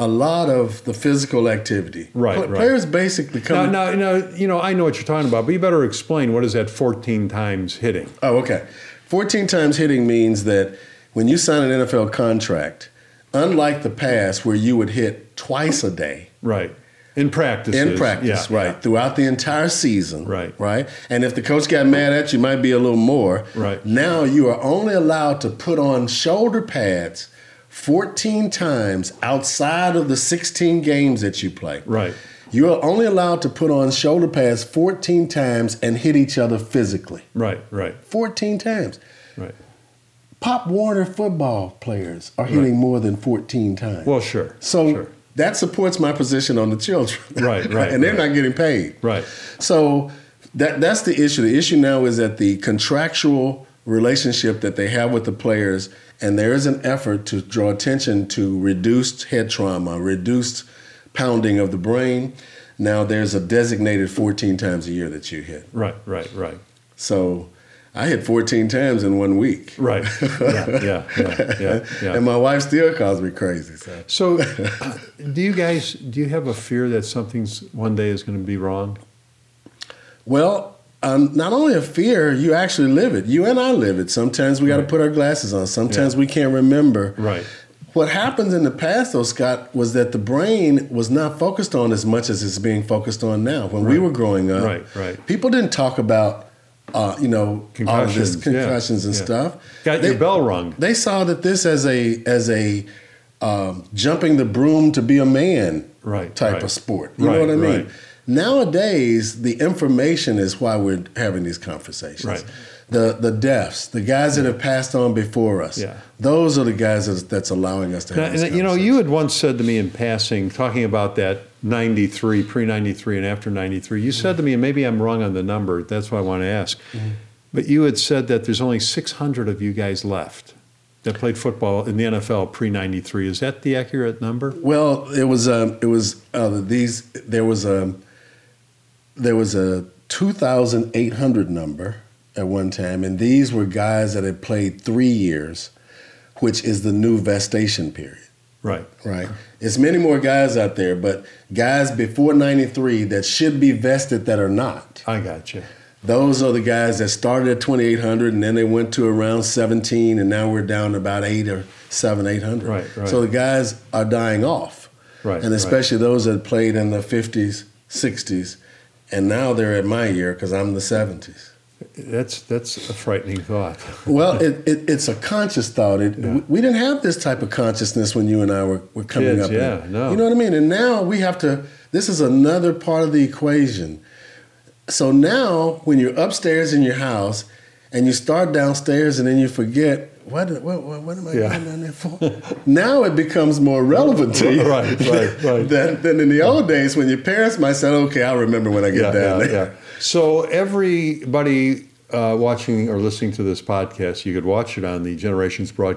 [SPEAKER 2] a lot of the physical activity.
[SPEAKER 1] Right,
[SPEAKER 2] Pla-
[SPEAKER 1] right.
[SPEAKER 2] Players basically
[SPEAKER 1] Now,
[SPEAKER 2] come.
[SPEAKER 1] now, now, you know, I know what you're talking about, but you better explain what is that 14 times hitting?
[SPEAKER 2] Oh, okay. 14 times hitting means that when you sign an NFL contract, unlike the past where you would hit twice a day,
[SPEAKER 1] Right, in practice.
[SPEAKER 2] In practice, right, throughout the entire season,
[SPEAKER 1] Right.
[SPEAKER 2] right. And if the coach got mad at you, might be a little more,
[SPEAKER 1] Right.
[SPEAKER 2] Now you are only allowed to put on shoulder pads fourteen times outside of the sixteen games that you play.
[SPEAKER 1] Right.
[SPEAKER 2] You are only allowed to put on shoulder pads fourteen times and hit each other physically
[SPEAKER 1] Right, right,
[SPEAKER 2] fourteen times.
[SPEAKER 1] right.
[SPEAKER 2] Pop Warner football players are hitting more than fourteen times.
[SPEAKER 1] Well, sure.
[SPEAKER 2] so.
[SPEAKER 1] sure.
[SPEAKER 2] That supports my position on the children.
[SPEAKER 1] Right, right,
[SPEAKER 2] and they're
[SPEAKER 1] right.
[SPEAKER 2] not getting paid.
[SPEAKER 1] right,
[SPEAKER 2] So that that's the issue. The issue now is that the contractual relationship that they have with the players, and there is an effort to draw attention to reduced head trauma, reduced pounding of the brain. Now there's a designated 14 times a year that you hit.
[SPEAKER 1] Right, right, right,
[SPEAKER 2] So I hit 14 times in one week.
[SPEAKER 1] right. yeah, yeah, yeah, yeah, yeah.
[SPEAKER 2] And my wife still calls me crazy. So.
[SPEAKER 1] So, do you guys do you have a fear that something's one day is going to be wrong?
[SPEAKER 2] Well, um, not only a fear, you actually live it. You and I live it. Sometimes we got to
[SPEAKER 1] Right.
[SPEAKER 2] put our glasses on. Sometimes we can't remember.
[SPEAKER 1] Right.
[SPEAKER 2] What happens in the past, though, Scott, was that the brain was not focused on as much as it's being focused on now. When we
[SPEAKER 1] Right.
[SPEAKER 2] were growing up,
[SPEAKER 1] Right, right.
[SPEAKER 2] people didn't talk about, uh, you know, all of this
[SPEAKER 1] Concussions, yeah,
[SPEAKER 2] concussions and
[SPEAKER 1] yeah.
[SPEAKER 2] stuff.
[SPEAKER 1] Got
[SPEAKER 2] They-
[SPEAKER 1] your bell rung.
[SPEAKER 2] They saw that this as a as a um, jumping the broom to be a man
[SPEAKER 1] Right,
[SPEAKER 2] type
[SPEAKER 1] right.
[SPEAKER 2] of sport. You
[SPEAKER 1] Right,
[SPEAKER 2] know what I mean?
[SPEAKER 1] right.
[SPEAKER 2] Nowadays, the information is why we're having these conversations.
[SPEAKER 1] Right.
[SPEAKER 2] The the deafs, the guys that have passed on before us.
[SPEAKER 1] Yeah.
[SPEAKER 2] Those are the guys that's, that's allowing us to have.
[SPEAKER 1] Now,
[SPEAKER 2] these
[SPEAKER 1] and, you know, you had once said to me in passing, talking about that 93, pre 93, and after 93, you said to me, and maybe I'm wrong on the number, that's why I want to ask, but you had said that there's only 600 of you guys left that played football in the NFL pre 93. Is that the accurate number?
[SPEAKER 2] Well, it was um, it was uh, these there was a there was a 2,800 number at one time, and these were guys that had played three years, which is the new vestation period.
[SPEAKER 1] Right.
[SPEAKER 2] Right, it's many more guys out there, but guys before '93 that should be vested that are not.
[SPEAKER 1] I got you.
[SPEAKER 2] Those are the guys that started at 2,800 and then they went to around 17, and now we're down to about eight or seven, 800.
[SPEAKER 1] Right, right.
[SPEAKER 2] So the guys are dying off.
[SPEAKER 1] Right,
[SPEAKER 2] And especially those that played in the 50s, 60s, and now they're at my year because I'm the 70s.
[SPEAKER 1] That's, that's a frightening thought.
[SPEAKER 2] Well, it, it, it's a conscious thought. It,
[SPEAKER 1] Yeah.
[SPEAKER 2] we, we didn't have this type of consciousness when you and I were, were coming
[SPEAKER 1] Kids,
[SPEAKER 2] up.
[SPEAKER 1] yeah,
[SPEAKER 2] And-
[SPEAKER 1] no.
[SPEAKER 2] You know what I mean? And now we have to, this is another part of the equation. So now when you're upstairs in your house and you start downstairs and then you forget, what, what, what, what am I
[SPEAKER 1] Yeah.
[SPEAKER 2] going down there for? now it becomes more relevant to you
[SPEAKER 1] Right, right, right.
[SPEAKER 2] than, than in the old days when your parents might say, okay, I'll remember when I get down there.
[SPEAKER 1] So everybody uh, watching or listening to this podcast, you could watch it on the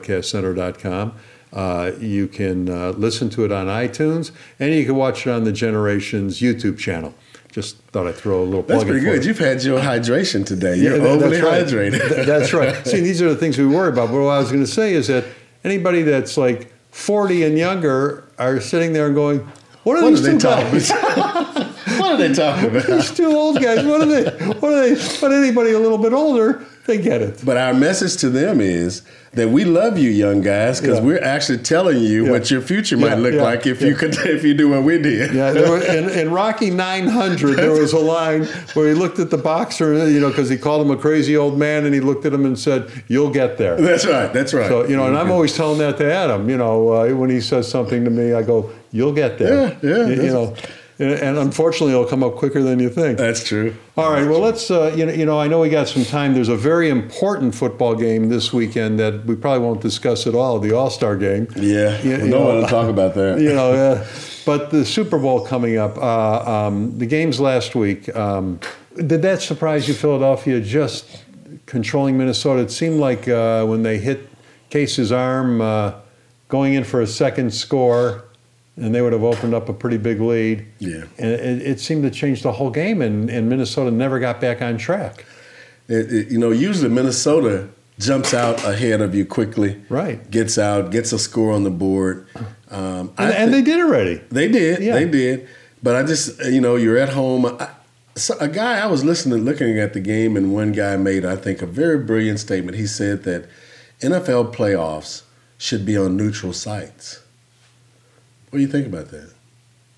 [SPEAKER 1] generationsbroadcastcenter.com. Uh, you can uh, listen to it on iTunes, and you can watch it on the Generations YouTube channel. Just thought I'd throw a little plug
[SPEAKER 2] That's
[SPEAKER 1] in
[SPEAKER 2] pretty
[SPEAKER 1] for
[SPEAKER 2] good.
[SPEAKER 1] it.
[SPEAKER 2] You've had your hydration today. You're
[SPEAKER 1] that-
[SPEAKER 2] overly
[SPEAKER 1] that's right.
[SPEAKER 2] hydrated.
[SPEAKER 1] Th- that's right. See, these are the things we worry about. But what I was going to say is that anybody that's like 40 and younger are sitting there and going, what are
[SPEAKER 2] What are
[SPEAKER 1] these
[SPEAKER 2] they
[SPEAKER 1] two
[SPEAKER 2] talking
[SPEAKER 1] guys?
[SPEAKER 2] about? what are they talking about?
[SPEAKER 1] These two old guys. What are they? What are they? But anybody a little bit older, they get it.
[SPEAKER 2] But our message to them is that we love you, young guys, because
[SPEAKER 1] Yeah.
[SPEAKER 2] we're actually telling you
[SPEAKER 1] Yeah.
[SPEAKER 2] what your future might
[SPEAKER 1] Yeah,
[SPEAKER 2] look
[SPEAKER 1] yeah,
[SPEAKER 2] like if you
[SPEAKER 1] yeah.
[SPEAKER 2] could, if you do what we did.
[SPEAKER 1] Yeah, there were, in, in Rocky 900, there was a line where he looked at the boxer, you know, because he called him a crazy old man, and he looked at him and said, "You'll get there."
[SPEAKER 2] That's right. That's right.
[SPEAKER 1] So you know, and I'm always telling that to Adam. You know, uh, when he says something to me, I go, "You'll get there."
[SPEAKER 2] Yeah, yeah,
[SPEAKER 1] You- You,
[SPEAKER 2] that's-
[SPEAKER 1] know, and, and unfortunately, it'll come up quicker than you think.
[SPEAKER 2] that's true.
[SPEAKER 1] All right. Well, let's. Uh, you know, you know, I know we got some time. There's a very important football game this weekend that we probably won't discuss at all. The All Star game.
[SPEAKER 2] Yeah.
[SPEAKER 1] You-
[SPEAKER 2] no
[SPEAKER 1] you know,
[SPEAKER 2] one will talk about that.
[SPEAKER 1] you know, uh, but the Super Bowl coming up. Uh, um, the games last week. Um, did that surprise you, Philadelphia? Just controlling Minnesota. It seemed like uh, when they hit Case's arm, uh, going in for a second score, and they would have opened up a pretty big lead.
[SPEAKER 2] Yeah.
[SPEAKER 1] And it, it seemed to change the whole game, and, and Minnesota never got back on track.
[SPEAKER 2] It, it- you know, usually Minnesota jumps out ahead of you quickly.
[SPEAKER 1] Right.
[SPEAKER 2] Gets out, gets a score on the board. Um, I
[SPEAKER 1] And, and they did already.
[SPEAKER 2] They did.
[SPEAKER 1] Yeah.
[SPEAKER 2] They did. But I just, uh, you know, you're at home. I, so a guy I was listening, looking at the game, and one guy made, I think, a very brilliant statement. He said that NFL playoffs should be on neutral sites. What do you think about that?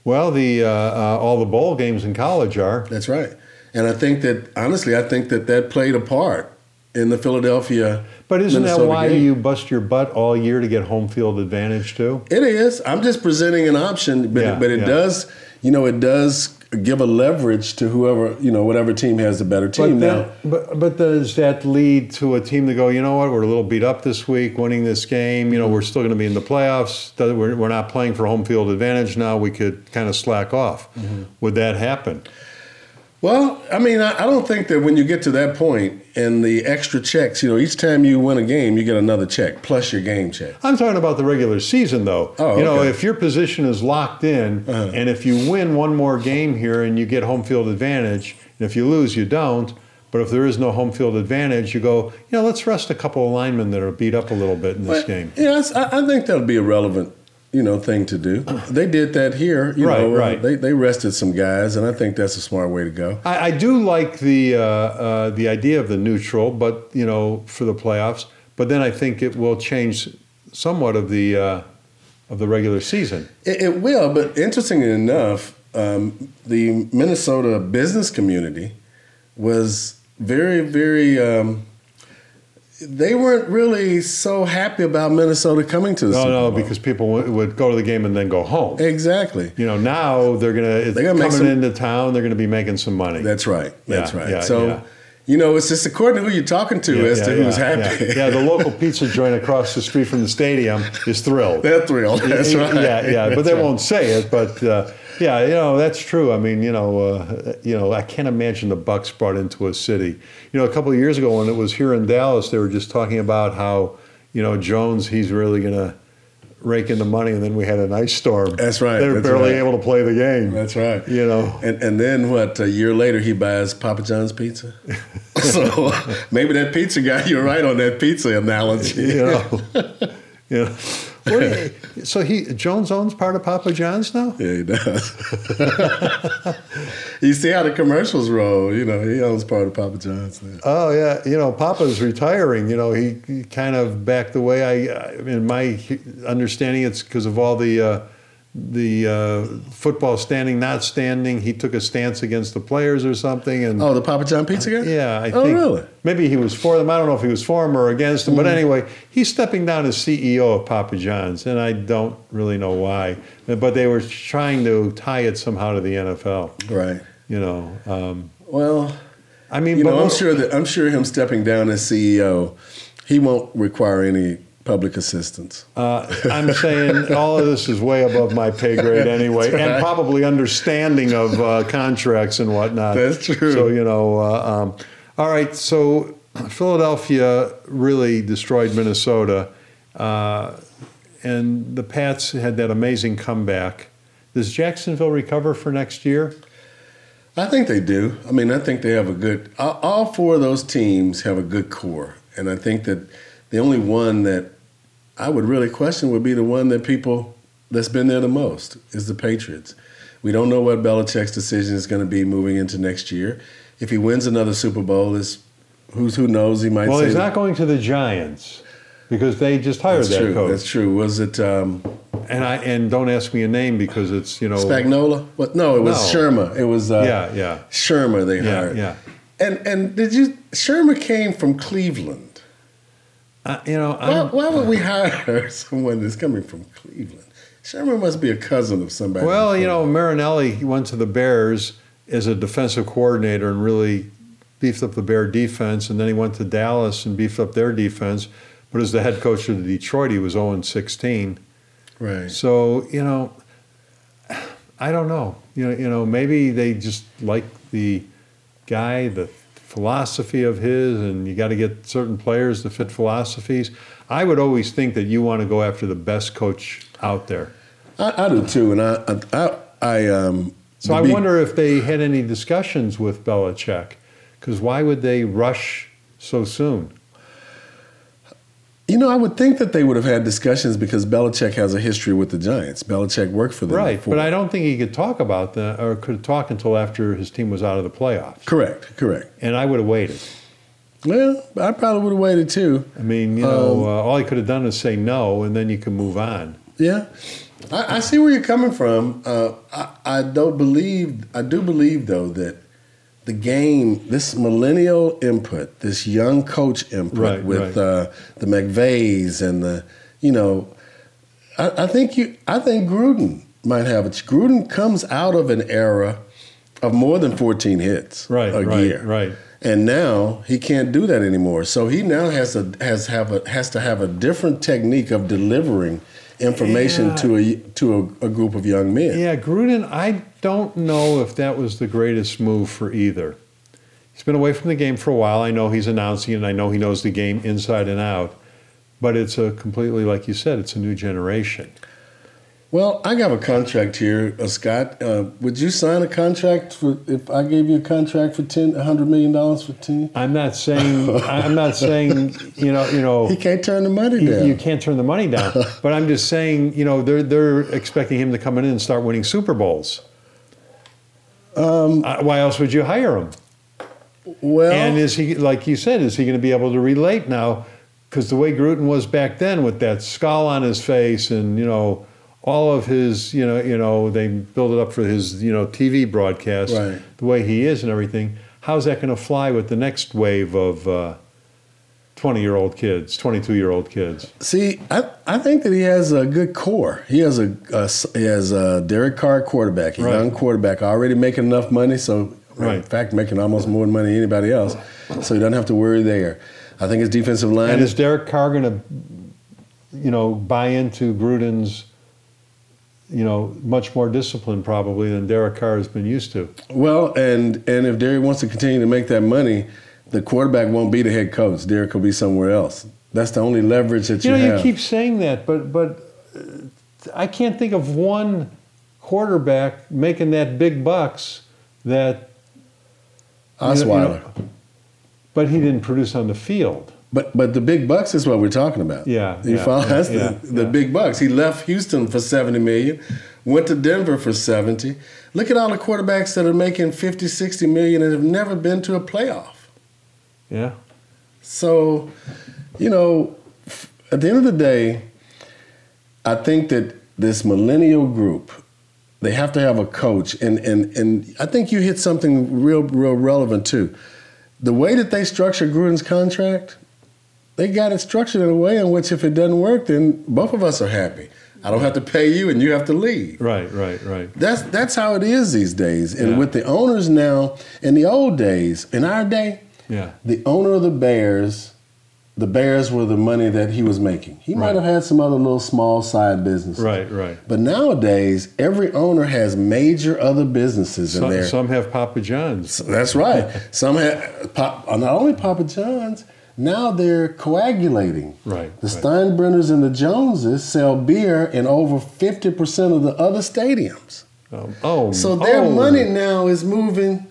[SPEAKER 1] Well, the uh, uh, all the bowl games in college are.
[SPEAKER 2] That's right. And I think that honestly, I think that that played a part in the Philadelphia.
[SPEAKER 1] But isn't that
[SPEAKER 2] Minnesota
[SPEAKER 1] why
[SPEAKER 2] game.
[SPEAKER 1] you bust your butt all year to get home field advantage too?
[SPEAKER 2] It is. I'm just presenting an option, but
[SPEAKER 1] Yeah,
[SPEAKER 2] but it
[SPEAKER 1] yeah.
[SPEAKER 2] does, you know, it does give a leverage to whoever, you know, whatever team has the better team
[SPEAKER 1] But,
[SPEAKER 2] now.
[SPEAKER 1] that, but but does that lead to a team to go? You know what? We're a little beat up this week. Winning this game, you know, we're still going to be in the playoffs. Does- We're, we're not
[SPEAKER 2] Mm-hmm.
[SPEAKER 1] playing for home field advantage now. We could kind of slack off. Would that happen?
[SPEAKER 2] Well, I mean, I, I don't think that when you get to that point and the extra checks, you know, each time you win a game, you get another check plus your game check.
[SPEAKER 1] I'm talking about the regular season, though.
[SPEAKER 2] Oh,
[SPEAKER 1] you know,
[SPEAKER 2] okay. Uh-huh.
[SPEAKER 1] if your position is locked in, and if you win one more game here and you get home field advantage, and if you lose, you don't. But if there is no home field advantage, you go, you know, let's rest a couple of linemen that are beat up a little bit in this
[SPEAKER 2] But,
[SPEAKER 1] game.
[SPEAKER 2] Yeah, that's- I, I think that would be a relevant, you know, thing to do. They did that here. You
[SPEAKER 1] Right,
[SPEAKER 2] know,
[SPEAKER 1] right.
[SPEAKER 2] They, they rested some guys, and I think that's a smart way to go.
[SPEAKER 1] I, I do like the uh, uh, the idea of the neutral, but you know, for the playoffs. But then I think it will change somewhat of the uh, of the regular season.
[SPEAKER 2] It, it will, but interestingly enough, um, the Minnesota business community was very, very. Um, they weren't really so happy about Minnesota coming to the
[SPEAKER 1] No,
[SPEAKER 2] Super
[SPEAKER 1] no,
[SPEAKER 2] Bowl.
[SPEAKER 1] because people w- would go to the game and then go home.
[SPEAKER 2] exactly.
[SPEAKER 1] You know, now they're gonna it's
[SPEAKER 2] They're gonna
[SPEAKER 1] coming
[SPEAKER 2] make some-
[SPEAKER 1] into town. They're gonna be making some money.
[SPEAKER 2] That's right. That's
[SPEAKER 1] Yeah,
[SPEAKER 2] right.
[SPEAKER 1] yeah,
[SPEAKER 2] so,
[SPEAKER 1] yeah.
[SPEAKER 2] you know, it's just according to who you're talking to as to who's
[SPEAKER 1] yeah,
[SPEAKER 2] happy.
[SPEAKER 1] Yeah. Yeah, the local pizza joint across the street from the stadium is thrilled.
[SPEAKER 2] They're thrilled. That's right.
[SPEAKER 1] Yeah, yeah, but
[SPEAKER 2] That's
[SPEAKER 1] they
[SPEAKER 2] right.
[SPEAKER 1] won't say it. But uh, yeah, you know that's true. I mean, you know, uh, you know, I can't imagine the Bucks brought into a city. You know, a couple of years ago when it was here in Dallas, they were just talking about how you know Jones, he's really gonna rake in the money, and then we had an ice storm.
[SPEAKER 2] That's right,
[SPEAKER 1] They were
[SPEAKER 2] that's
[SPEAKER 1] barely
[SPEAKER 2] right.
[SPEAKER 1] able to play the game.
[SPEAKER 2] That's right.
[SPEAKER 1] You know.
[SPEAKER 2] And and then what? A year later, he buys Papa John's pizza. so maybe that pizza guy. You're right on that pizza analogy.
[SPEAKER 1] You know. you know. What do you- so he Jones owns part of Papa John's now.
[SPEAKER 2] Yeah, he does. you see how the commercials roll. You know, he owns part of Papa John's now.
[SPEAKER 1] Oh yeah, you know, Papa's retiring. You know, he, he kind of backed away. I, I in my understanding, it's because of all the uh, the uh, football standing, not standing. He took a stance against the players or something, and
[SPEAKER 2] Oh, the Papa John pizza guy.
[SPEAKER 1] yeah, I
[SPEAKER 2] oh,
[SPEAKER 1] think
[SPEAKER 2] really? Mm.
[SPEAKER 1] maybe he was for them. I don't know if he was for them or against them, but anyway, he's stepping down as CEO of Papa John's, and I don't really know why. But they were trying to tie it somehow to the NFL.
[SPEAKER 2] Right.
[SPEAKER 1] You know, um,
[SPEAKER 2] Well,
[SPEAKER 1] I mean,
[SPEAKER 2] you
[SPEAKER 1] but
[SPEAKER 2] know, I'm
[SPEAKER 1] what-
[SPEAKER 2] sure that I'm sure him stepping down as CEO, he won't require any public assistance.
[SPEAKER 1] Uh, I'm saying all of this is way above my pay grade anyway, and probably understanding of uh, contracts and whatnot.
[SPEAKER 2] That's true.
[SPEAKER 1] So you know, uh, um, all right. So Philadelphia really destroyed Minnesota, uh, and the Pats had that amazing comeback. Does Jacksonville recover for next year?
[SPEAKER 2] I think they do. I mean, I think they have a good. All all four of those teams have a good core, and I think that the only one that I would really question would be the one that people that's been there the most is the Patriots. We don't know what Belichick's decision is going to be moving into next year. If he wins another Super Bowl, is who's who knows he might.
[SPEAKER 1] Well,
[SPEAKER 2] say
[SPEAKER 1] he's not going to the Giants because they just hired
[SPEAKER 2] that's
[SPEAKER 1] that
[SPEAKER 2] true.
[SPEAKER 1] coach.
[SPEAKER 2] That's true. Was it um,
[SPEAKER 1] and I and don't ask me a name because it's you know
[SPEAKER 2] Spagnola? What? No, it was
[SPEAKER 1] Oh. No.
[SPEAKER 2] Sherma. It was uh,
[SPEAKER 1] yeah yeah
[SPEAKER 2] Sherma. They
[SPEAKER 1] yeah
[SPEAKER 2] hired.
[SPEAKER 1] yeah.
[SPEAKER 2] And and did you? Sherma came from Cleveland.
[SPEAKER 1] Uh, you know, I'm,
[SPEAKER 2] Why, why would we hire someone that's coming from Cleveland? Sherman must be a cousin of somebody.
[SPEAKER 1] well, you
[SPEAKER 2] from-
[SPEAKER 1] know, Marinelli he went to the Bears as a defensive coordinator and really beefed up the Bear defense, and then he went to Dallas and beefed up their defense. But as the head coach of the Detroit, he was 0 16.
[SPEAKER 2] right?
[SPEAKER 1] So you know, I don't know. You know, you know, maybe they just like the guy, the philosophy of his, and you got to get certain players to fit philosophies. I would always think that you want to go after the best coach out there.
[SPEAKER 2] I, I do too, and I, I, I, I um.
[SPEAKER 1] So
[SPEAKER 2] to
[SPEAKER 1] I
[SPEAKER 2] be-
[SPEAKER 1] wonder if they had any discussions with Belichick, because why would they rush so soon?
[SPEAKER 2] You know, I would think that they would have had discussions because Belichick has a history with the Giants. Belichick worked for them,
[SPEAKER 1] Right,
[SPEAKER 2] Before.
[SPEAKER 1] but I don't think he could talk about that or could talk until after his team was out of the playoffs.
[SPEAKER 2] correct, correct.
[SPEAKER 1] And I would have waited.
[SPEAKER 2] Well, I probably would have waited too.
[SPEAKER 1] I mean, you know,
[SPEAKER 2] Um,
[SPEAKER 1] uh, all he could have done is say no, and then you can move on.
[SPEAKER 2] Yeah, I, I see where you're coming from. Uh, I, I don't believe. I do believe though that the game, this millennial input, this young coach input
[SPEAKER 1] Right,
[SPEAKER 2] with
[SPEAKER 1] right.
[SPEAKER 2] Uh, the McVays and the, you know, I, I think you. I think Gruden might have it. Gruden comes out of an era of more than 14 hits
[SPEAKER 1] Right,
[SPEAKER 2] a
[SPEAKER 1] right,
[SPEAKER 2] year
[SPEAKER 1] right.
[SPEAKER 2] and now he can't do that anymore. So he now has to has have a, has to have a different technique of delivering information
[SPEAKER 1] Yeah.
[SPEAKER 2] to a to a, a group of young men.
[SPEAKER 1] Yeah, Gruden, I don't know if that was the greatest move for either. He's been away from the game for a while. I know he's announcing it, and I know he knows the game inside and out. But it's a completely, like you said, it's a new generation.
[SPEAKER 2] Well, I have a contract here, uh, Scott. Uh, would you sign a contract for if I gave you a contract for ten, hundred million dollars for ten?
[SPEAKER 1] I'm not saying I'm not saying you know you know
[SPEAKER 2] He can't turn the money
[SPEAKER 1] Oh. you,
[SPEAKER 2] down.
[SPEAKER 1] you can't turn the money down. but I'm just saying you know they're they're expecting him to come in and start winning Super Bowls. Um, why else would you hire him?
[SPEAKER 2] well,
[SPEAKER 1] And is he, like you said, is he going to be able to relate now? Because the way Gruden was back then, with that scowl on his face, and you know, all of his, you know, you know, they build it up for his, you know, TV broadcast,
[SPEAKER 2] Right.
[SPEAKER 1] the way he is and everything. How's that going to fly with the next wave of uh, twenty-year-old kids, twenty-two-year-old kids?
[SPEAKER 2] See, I, I think that he has a good core. He has a, a s- he has a Derek Carr quarterback, a
[SPEAKER 1] Right.
[SPEAKER 2] young quarterback, already making enough money. So in
[SPEAKER 1] Right.
[SPEAKER 2] fact, making almost more money than anybody else. So he doesn't have to worry there. I think his defensive line
[SPEAKER 1] And
[SPEAKER 2] is
[SPEAKER 1] is Derek Carr going to, you know, buy into Gruden's, you know, much more discipline probably than Derek Carr has been used to?
[SPEAKER 2] well, and and if Derek wants to continue to make that money, the quarterback won't be the head coach. Derek will be somewhere else. That's the only leverage that
[SPEAKER 1] You
[SPEAKER 2] you,
[SPEAKER 1] know,
[SPEAKER 2] have.
[SPEAKER 1] you keep saying that, but but uh, I can't think of one quarterback making that big bucks that.
[SPEAKER 2] Osweiler.
[SPEAKER 1] you know- you know- but he didn't produce on the field.
[SPEAKER 2] But but the big bucks is what we're talking about.
[SPEAKER 1] Yeah,
[SPEAKER 2] you
[SPEAKER 1] yeah,
[SPEAKER 2] follow?
[SPEAKER 1] yeah,
[SPEAKER 2] That's the,
[SPEAKER 1] yeah,
[SPEAKER 2] the
[SPEAKER 1] yeah.
[SPEAKER 2] big bucks. He left Houston for seventy million, went to Denver for seventy. Look at all the quarterbacks that are making 50, 60 million and have never been to a playoff.
[SPEAKER 1] Yeah,
[SPEAKER 2] So, you know, f- at the end of the day, I think that this millennial group, they have to have a coach, and and and I think you hit something real real relevant too. The way that they structure Gruden's contract, they got it structured in a way in which if it doesn't work, then both of us are happy. I don't have to pay you, and you have to leave.
[SPEAKER 1] right, right, right.
[SPEAKER 2] That's that's how it is these days, and
[SPEAKER 1] Yeah.
[SPEAKER 2] with the owners now. In the old days, in our day,
[SPEAKER 1] Yeah,
[SPEAKER 2] the owner of the Bears, the Bears were the money that he was making. He might
[SPEAKER 1] Right.
[SPEAKER 2] have had some other little small side business.
[SPEAKER 1] right, right.
[SPEAKER 2] But nowadays, every owner has major other businesses in
[SPEAKER 1] Some,
[SPEAKER 2] there.
[SPEAKER 1] some have Papa John's.
[SPEAKER 2] So that's right. Some have, pop, uh, not only Papa John's, now they're coagulating.
[SPEAKER 1] Right,
[SPEAKER 2] The
[SPEAKER 1] right.
[SPEAKER 2] Steinbrenners and the Joneses sell beer in over 50% of the other stadiums.
[SPEAKER 1] Um, oh,
[SPEAKER 2] So their
[SPEAKER 1] oh,
[SPEAKER 2] money now is moving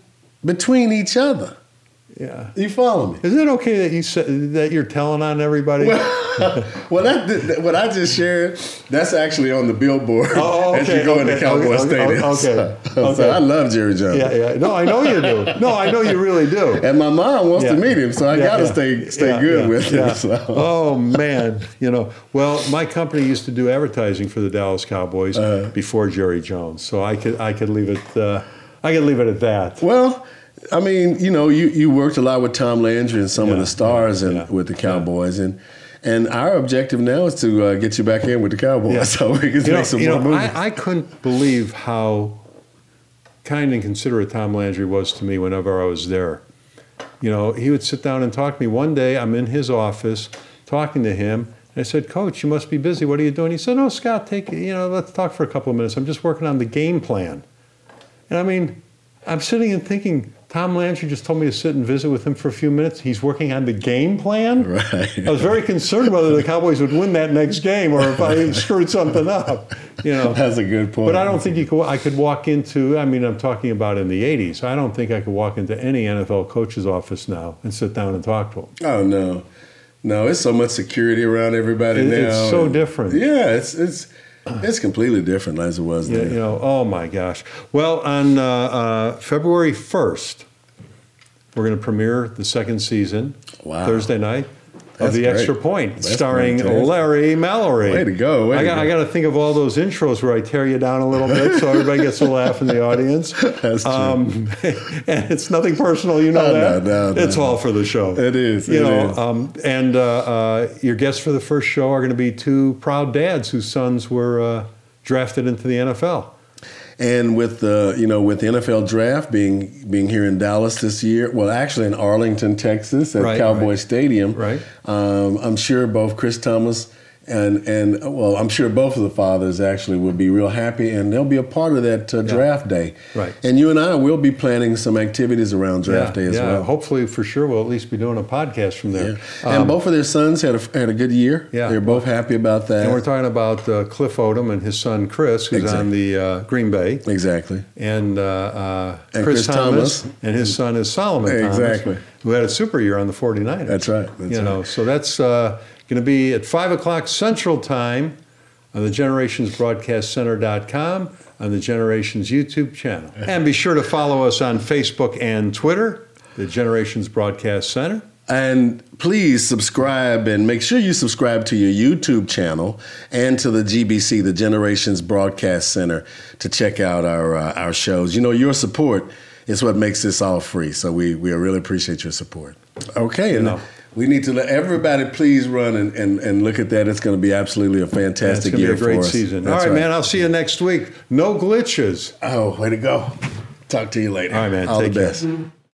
[SPEAKER 2] between each other.
[SPEAKER 1] Yeah.
[SPEAKER 2] You follow me?
[SPEAKER 1] Is it okay that you said that you're telling on everybody?
[SPEAKER 2] Well, that, that what I just shared, that's actually on the billboard
[SPEAKER 1] Oh,
[SPEAKER 2] as you
[SPEAKER 1] okay,
[SPEAKER 2] go into
[SPEAKER 1] okay,
[SPEAKER 2] Cowboy
[SPEAKER 1] okay,
[SPEAKER 2] Stadium.
[SPEAKER 1] okay,
[SPEAKER 2] So- so,
[SPEAKER 1] okay.
[SPEAKER 2] I love Jerry Jones.
[SPEAKER 1] yeah, yeah. No, I know you do. No, I know you really do.
[SPEAKER 2] And my mom wants to
[SPEAKER 1] Yeah.
[SPEAKER 2] meet him, so I
[SPEAKER 1] Yeah,
[SPEAKER 2] gotta
[SPEAKER 1] yeah.
[SPEAKER 2] stay stay
[SPEAKER 1] Yeah,
[SPEAKER 2] good
[SPEAKER 1] yeah,
[SPEAKER 2] with him.
[SPEAKER 1] yeah.
[SPEAKER 2] So.
[SPEAKER 1] Oh man, you know. Well, my company used to do advertising for the Dallas Cowboys
[SPEAKER 2] Uh-huh.
[SPEAKER 1] before Jerry Jones, so I could I could leave it uh, I could leave it at that.
[SPEAKER 2] Well, I mean, you know, you, you worked a lot with Tom Landry and some of
[SPEAKER 1] Yeah,
[SPEAKER 2] the stars and
[SPEAKER 1] yeah,
[SPEAKER 2] with the Cowboys, and and our objective now is to uh, get you back in with the Cowboys,
[SPEAKER 1] Yeah.
[SPEAKER 2] so we can make
[SPEAKER 1] You know,
[SPEAKER 2] some
[SPEAKER 1] you
[SPEAKER 2] more
[SPEAKER 1] know
[SPEAKER 2] movies.
[SPEAKER 1] I, I couldn't believe how kind and considerate Tom Landry was to me whenever I was there. You know, he would sit down and talk to me. One day, I'm in his office talking to him. And I said, Coach, you must be busy. What are you doing? He said, No, Scott, take, you know, let's talk for a couple of minutes. I'm just working on the game plan. And I mean, I'm sitting and thinking, Tom Landry just told me to sit and visit with him for a few minutes. He's working on the game plan.
[SPEAKER 2] Right.
[SPEAKER 1] I was very concerned whether the Cowboys would win that next game or if I screwed something up. You know,
[SPEAKER 2] That's a good point.
[SPEAKER 1] but I don't think you could. I could walk into. I mean, I'm talking about in the '80s. I don't think I could walk into any NFL coach's office now and sit down and talk to him.
[SPEAKER 2] Oh no, no! It's so much security around everybody
[SPEAKER 1] It-
[SPEAKER 2] now.
[SPEAKER 1] it's so
[SPEAKER 2] And-
[SPEAKER 1] different.
[SPEAKER 2] Yeah, it's it's it's completely different as it was
[SPEAKER 1] You,
[SPEAKER 2] then.
[SPEAKER 1] you know, oh my gosh. Well, on uh, uh, February 1st, we're going to premiere the second season
[SPEAKER 2] Wow.
[SPEAKER 1] Thursday night. of
[SPEAKER 2] That's
[SPEAKER 1] the
[SPEAKER 2] great.
[SPEAKER 1] extra point,
[SPEAKER 2] That's
[SPEAKER 1] starring
[SPEAKER 2] fantastic.
[SPEAKER 1] Larry Mallory.
[SPEAKER 2] Way to go, way
[SPEAKER 1] I
[SPEAKER 2] to
[SPEAKER 1] got,
[SPEAKER 2] go.
[SPEAKER 1] I got to think of all those intros where I tear you down a little bit, so everybody gets a laugh in the audience.
[SPEAKER 2] That's true.
[SPEAKER 1] Um, and it's nothing personal, you know
[SPEAKER 2] No,
[SPEAKER 1] that.
[SPEAKER 2] no, no,
[SPEAKER 1] it's
[SPEAKER 2] no.
[SPEAKER 1] all for the show.
[SPEAKER 2] It is,
[SPEAKER 1] You
[SPEAKER 2] it
[SPEAKER 1] know,
[SPEAKER 2] is.
[SPEAKER 1] Um, and uh, uh, your guests for the first show are going to be two proud dads whose sons were uh, drafted into the NFL.
[SPEAKER 2] And with the you know with the NFL draft being being here in Dallas this year, well actually in Arlington, Texas at
[SPEAKER 1] Right,
[SPEAKER 2] Cowboy
[SPEAKER 1] right.
[SPEAKER 2] Stadium,
[SPEAKER 1] Right.
[SPEAKER 2] Um, I'm sure both Chris Thomas and and well, I'm sure both of the fathers actually will be real happy, and they'll be a part of that uh, draft day.
[SPEAKER 1] Right.
[SPEAKER 2] And you and I will be planning some activities around draft
[SPEAKER 1] yeah,
[SPEAKER 2] day as
[SPEAKER 1] yeah.
[SPEAKER 2] well.
[SPEAKER 1] Hopefully, for sure, we'll at least be doing a podcast from there. Um,
[SPEAKER 2] Yeah. and both of their sons had a, had a good year.
[SPEAKER 1] Yeah.
[SPEAKER 2] They're both happy about that.
[SPEAKER 1] And we're talking about uh, Cliff Odom and his son Chris, who's on the uh, Green Bay,
[SPEAKER 2] exactly.
[SPEAKER 1] and, uh, uh,
[SPEAKER 2] And
[SPEAKER 1] Chris,
[SPEAKER 2] Chris
[SPEAKER 1] Thomas,
[SPEAKER 2] Thomas.
[SPEAKER 1] and his son is Solomon Thomas,
[SPEAKER 2] Exactly.
[SPEAKER 1] who had a super year on the 49ers.
[SPEAKER 2] That's right. That's
[SPEAKER 1] you
[SPEAKER 2] right.
[SPEAKER 1] know, so that's uh, going to be at 5 o'clock Central Time on the Generations Broadcast Center.com on the Generations YouTube channel. And be sure to follow us on Facebook and Twitter, the Generations Broadcast Center.
[SPEAKER 2] And please subscribe and make sure you subscribe to your YouTube channel and to the GBC, the Generations Broadcast Center, to check out our uh, our shows. You know, your support is what makes this all free. So we we really appreciate your support. Okay, and
[SPEAKER 1] No.
[SPEAKER 2] we need to let everybody please run and, and, and look at that. It's going to be absolutely a
[SPEAKER 1] It's going
[SPEAKER 2] fantastic
[SPEAKER 1] to be
[SPEAKER 2] year
[SPEAKER 1] a great
[SPEAKER 2] for us.
[SPEAKER 1] season.
[SPEAKER 2] That's
[SPEAKER 1] All right, man, I'll see you next week. No glitches.
[SPEAKER 2] Oh, way to go! Talk to you later.
[SPEAKER 1] All right, man,
[SPEAKER 2] All
[SPEAKER 1] take
[SPEAKER 2] the
[SPEAKER 1] care.
[SPEAKER 2] best.